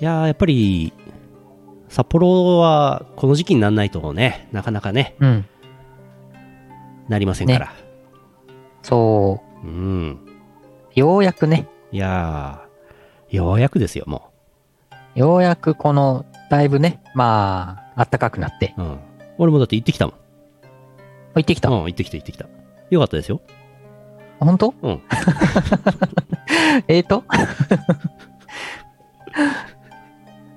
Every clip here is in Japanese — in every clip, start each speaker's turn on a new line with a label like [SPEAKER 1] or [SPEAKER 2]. [SPEAKER 1] やーやっぱり、札幌はこの時期にならないとね、なかなかね、
[SPEAKER 2] うん。
[SPEAKER 1] なりませんから。
[SPEAKER 2] そ
[SPEAKER 1] うん。
[SPEAKER 2] う。ようやくね、
[SPEAKER 1] いやーようやくですよ、も
[SPEAKER 2] ようやくこの、だいぶね、まあ、あったかくなって、
[SPEAKER 1] う。うん。俺もだって行ってきたもん。
[SPEAKER 2] 行ってきた。
[SPEAKER 1] うん、行ってきた行ってきた。よかったですよ。
[SPEAKER 2] 本当
[SPEAKER 1] うん。
[SPEAKER 2] えーと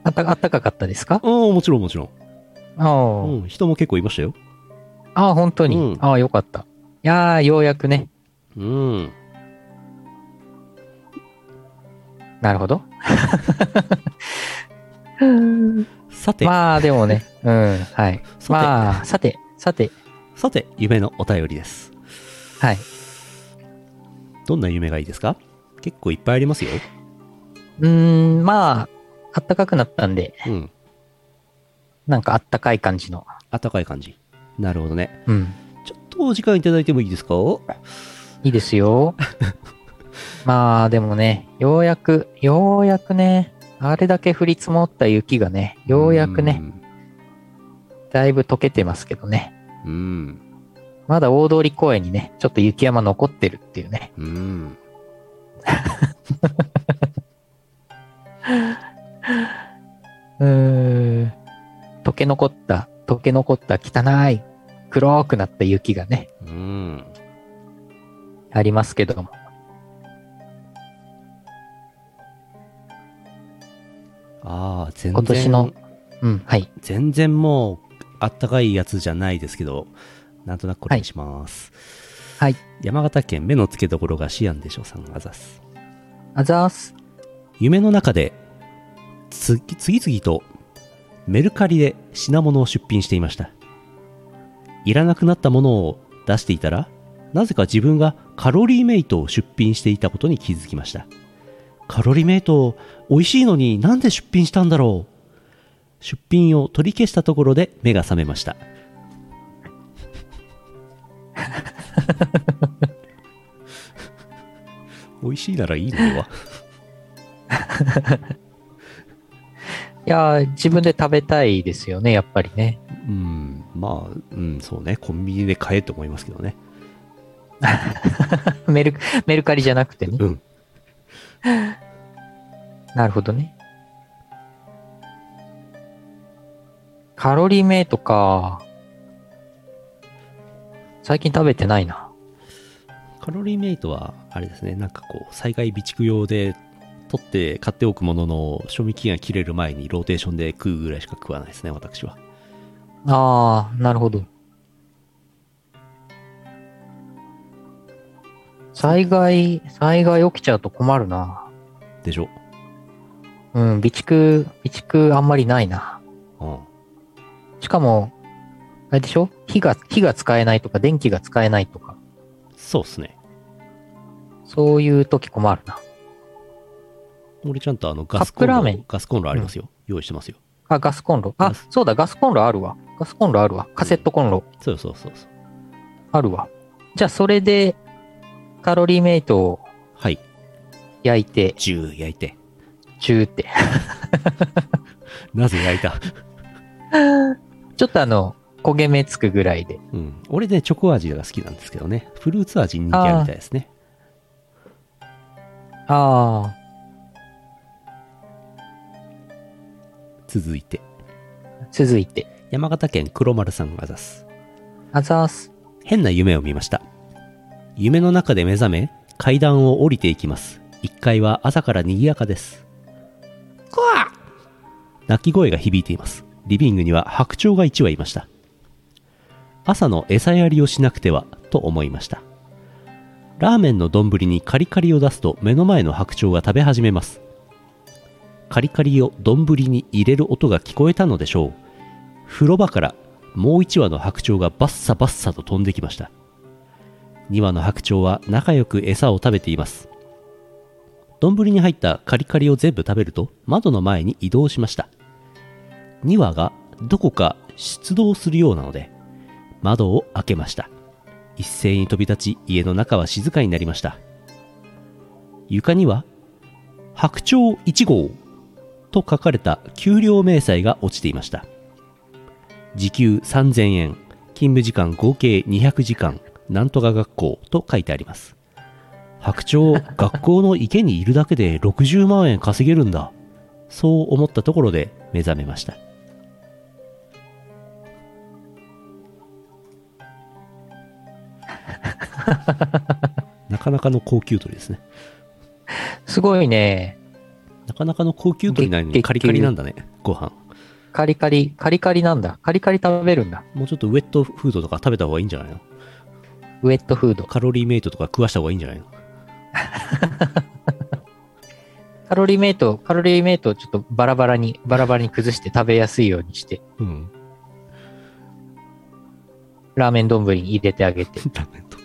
[SPEAKER 2] あった、あったかかったですか
[SPEAKER 1] うん、もちろんもちろん。
[SPEAKER 2] ああ、
[SPEAKER 1] うん、人も結構いましたよ。
[SPEAKER 2] ああ、本当に。
[SPEAKER 1] うん
[SPEAKER 2] ああ、よかった。いやー、ようやくね。
[SPEAKER 1] うん。
[SPEAKER 2] なるほど。
[SPEAKER 1] さて、
[SPEAKER 2] まあ、でもね。うん、はい。
[SPEAKER 1] さて、
[SPEAKER 2] まあ、さて、さて、
[SPEAKER 1] さて、夢のお便りです。
[SPEAKER 2] はい。
[SPEAKER 1] どんな夢がいいですか結構いっぱいありますよ。
[SPEAKER 2] うーん、まあ、あったかくなったんで、
[SPEAKER 1] うん。
[SPEAKER 2] なんかあったかい感じの。
[SPEAKER 1] 暖かい感じ。なるほどね。
[SPEAKER 2] うん。
[SPEAKER 1] ちょっとお時間いただいてもいいですか
[SPEAKER 2] いいですよ。 まあ、でもね、ようやく、ようやくね、あれだけ降り積もった雪がね、ようやくね、。だいぶ溶けてますけどね。
[SPEAKER 1] うん。
[SPEAKER 2] まだ大通公園にね、ちょっと雪山残ってるっていうね。
[SPEAKER 1] うん。うん
[SPEAKER 2] うーん。溶け残った、溶け残った汚い、黒くなった雪がね、
[SPEAKER 1] うん。
[SPEAKER 2] ありますけども。
[SPEAKER 1] ああ、全然。
[SPEAKER 2] 今年の。、うん、はい。
[SPEAKER 1] 全然もう、あったかいやつじゃないですけど、なんとなくこれにします。
[SPEAKER 2] はいはい
[SPEAKER 1] 山形県目の付けどころがシアンでしょさん、あざす。
[SPEAKER 2] あざーす。
[SPEAKER 1] 夢の中でつ次々とメルカリで品物を出品していましたいらなくなったものを出していたらなぜか自分がカロリーメイトを出品していたことに気づきましたカロリーメイト美味しいのになんで出品したんだろう出品を取り消したところで目が覚めました美味しいならいいのではい
[SPEAKER 2] やー、自分で食べたいですよね、やっぱりね。
[SPEAKER 1] うん、まあ、うん、そうね、コンビニで買えと思いますけどね。
[SPEAKER 2] メル、メルカリじゃなくてね。
[SPEAKER 1] うん。
[SPEAKER 2] なるほどね。カロリーメイトか。最近食べてないな。
[SPEAKER 1] カロリーメイトは、あれですね、なんかこう、災害備蓄用で取って買っておくものの、賞味期限が切れる前にローテーションで食うぐらいしか食わないですね、私は。
[SPEAKER 2] あー、なるほど。災害、災害起きちゃうと困るな。
[SPEAKER 1] でしょ
[SPEAKER 2] うん、備蓄、備蓄あんまりないな。
[SPEAKER 1] うん。
[SPEAKER 2] しかも、あれでしょ火が、火が使えないとか、電気が使えないとか、
[SPEAKER 1] そうっすね。
[SPEAKER 2] そういう時困るな。
[SPEAKER 1] 俺ちゃんとあの、ガスコン
[SPEAKER 2] カッ
[SPEAKER 1] ロ、
[SPEAKER 2] プラーメン
[SPEAKER 1] ガスコンロありますよ。用意してますよ。
[SPEAKER 2] あ、ガスコンロ。
[SPEAKER 1] ガ
[SPEAKER 2] あ
[SPEAKER 1] ス、
[SPEAKER 2] そうだ、ガスコンロあるわ。ガスコンロあるわ。カセットコンロ
[SPEAKER 1] そうそうそうそう。
[SPEAKER 2] あるわ。じゃあ、それで、カロリーメイトを
[SPEAKER 1] はい。
[SPEAKER 2] 焼いて、
[SPEAKER 1] ジュー焼いて。
[SPEAKER 2] チューって。
[SPEAKER 1] なぜ焼いた
[SPEAKER 2] ちょっとあの、焦げ目つくぐらいで。
[SPEAKER 1] うん。俺ね、チョコ味が好きなんですけどね。フルーツ味人気あるみたいですね。
[SPEAKER 2] あ
[SPEAKER 1] 続いて。
[SPEAKER 2] あ、続いて。
[SPEAKER 1] 山形県黒丸さんが出す。
[SPEAKER 2] あざーす。
[SPEAKER 1] 変な夢を見ました夢の中で目覚め階段を降りていきます1階は朝から賑やかですこわ泣き声が響いていますリビングには白鳥が1羽いました朝の餌やりをしなくてはと思いましたラーメンの丼にカリカリを出すと目の前の白鳥が食べ始めますカリカリを丼に入れる音が聞こえたのでしょう風呂場からもう1羽の白鳥がバッサバッサと飛んできました2羽の白鳥は仲良く餌を食べています丼に入ったカリカリを全部食べると窓の前に移動しました2羽がどこか出動するようなので窓を開けました一斉に飛び立ち家の中は静かになりました床には白鳥1号と書かれた給料明細が落ちていました時給3000円勤務時間合計200時間なんとか学校と書いてあります白鳥学校の池にいるだけで60万円稼げるんだそう思ったところで目覚めま したなかなかの高級鳥ですね
[SPEAKER 2] すごいね。
[SPEAKER 1] なかなかの高級鳥なのに
[SPEAKER 2] 月
[SPEAKER 1] カリカリなんだねご飯
[SPEAKER 2] カリカリ、カリカリなんだ。カリカリ食べるんだ。
[SPEAKER 1] もうちょっとウェットフードとか食べた方がいいんじゃないの
[SPEAKER 2] ウェットフード。
[SPEAKER 1] カロリーメイトとか食わした方がいいんじゃないの
[SPEAKER 2] カロリーメイト、カロリーメイトをちょっとバラバラに、バラバラに崩して食べやすいようにして、
[SPEAKER 1] うん
[SPEAKER 2] ラーメン丼に入れてあげて。
[SPEAKER 1] ラーメン丼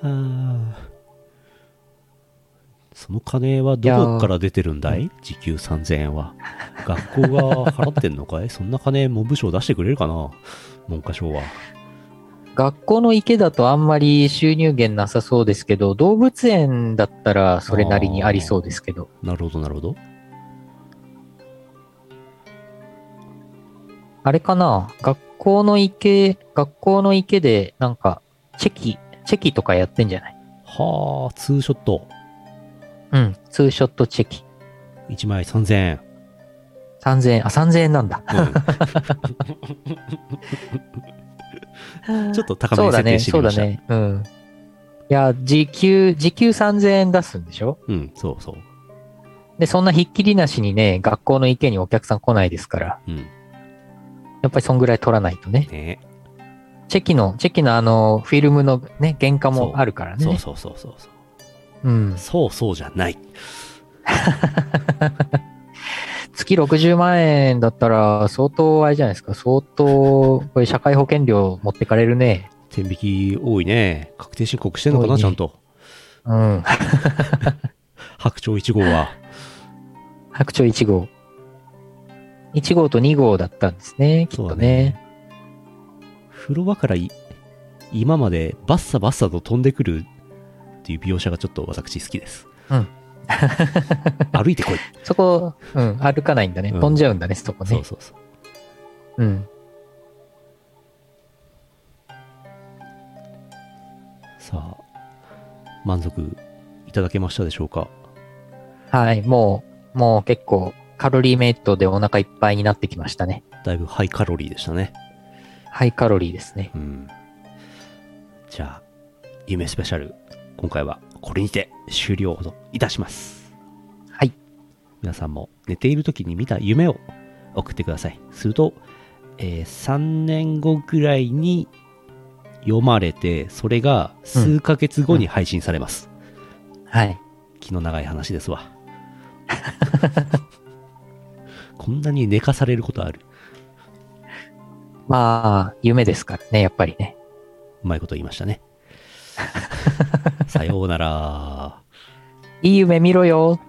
[SPEAKER 1] ああその金はどこから出てるんだい時給3000円は学校が払ってんのかい そんな金文部省出してくれるかな文科省は
[SPEAKER 2] 学校の池だとあんまり収入源なさそうですけど、動物園だったらそれなりにありそうですけど、
[SPEAKER 1] なるほどなるほど
[SPEAKER 2] あれかな学校の池、学校の池でなんか、チェキ、チェキとかやってんじゃない
[SPEAKER 1] はあツーショット
[SPEAKER 2] うん、ツーショットチェキ。
[SPEAKER 1] 1枚3000円
[SPEAKER 2] 3000円、あ、3000円なんだ。
[SPEAKER 1] ちょっと高め
[SPEAKER 2] そう
[SPEAKER 1] に
[SPEAKER 2] だ
[SPEAKER 1] 設
[SPEAKER 2] ね、
[SPEAKER 1] 定して
[SPEAKER 2] そ
[SPEAKER 1] み
[SPEAKER 2] う
[SPEAKER 1] ま
[SPEAKER 2] だ
[SPEAKER 1] した
[SPEAKER 2] ね。うん。いや、時給、時給3000円出すんでしょ
[SPEAKER 1] うんそうそう
[SPEAKER 2] で、そんなひっきりなしにね、学校の池にお客さん来ないですから、
[SPEAKER 1] うん
[SPEAKER 2] やっぱりそんぐらい取らないとね。
[SPEAKER 1] ね
[SPEAKER 2] チェキの、チェキのあの、フィルムのね、原価もあるからね。
[SPEAKER 1] そうそうそうそうそう
[SPEAKER 2] うん。
[SPEAKER 1] そうそうじゃない
[SPEAKER 2] 月60万円だったら、相当、あれじゃないですか、相当、これ社会保険料持ってかれるね。
[SPEAKER 1] 天引き多いね確定申告してんのかな、
[SPEAKER 2] 多いね
[SPEAKER 1] ちゃんと
[SPEAKER 2] うん。
[SPEAKER 1] 白鳥1号は
[SPEAKER 2] 白鳥1号。1号と2号だったんですね、きっ
[SPEAKER 1] そう
[SPEAKER 2] と
[SPEAKER 1] だ
[SPEAKER 2] ね。
[SPEAKER 1] ね風呂場からい今までバッサバッサと飛んでくるっていう描写がちょっと私好きです
[SPEAKER 2] うん
[SPEAKER 1] 歩いてこい、
[SPEAKER 2] そこ、うん、歩かないんだね。
[SPEAKER 1] うん
[SPEAKER 2] 飛んじゃうんだね、そこね。
[SPEAKER 1] そうそうそう
[SPEAKER 2] うん。
[SPEAKER 1] さあ満足いただけましたでしょうか
[SPEAKER 2] はい、もう、もう結構、カロリーメイトでお腹いっぱいになってきましたね。
[SPEAKER 1] だいぶハイカロリーでしたね
[SPEAKER 2] ハイカロリーですね。
[SPEAKER 1] うんじゃあ夢スペシャル今回はこれにて終了といたします
[SPEAKER 2] はい。
[SPEAKER 1] 皆さんも寝ている時に見た夢を送ってくださいすると、えー3年後ぐらいに読まれてそれが数ヶ月後に配信されます、
[SPEAKER 2] はい。
[SPEAKER 1] 気の長い話ですわ こんなに寝かされることある
[SPEAKER 2] まあ、夢ですからね、やっぱりね。
[SPEAKER 1] うまいこと言いましたねさようなら
[SPEAKER 2] いい夢見ろよ。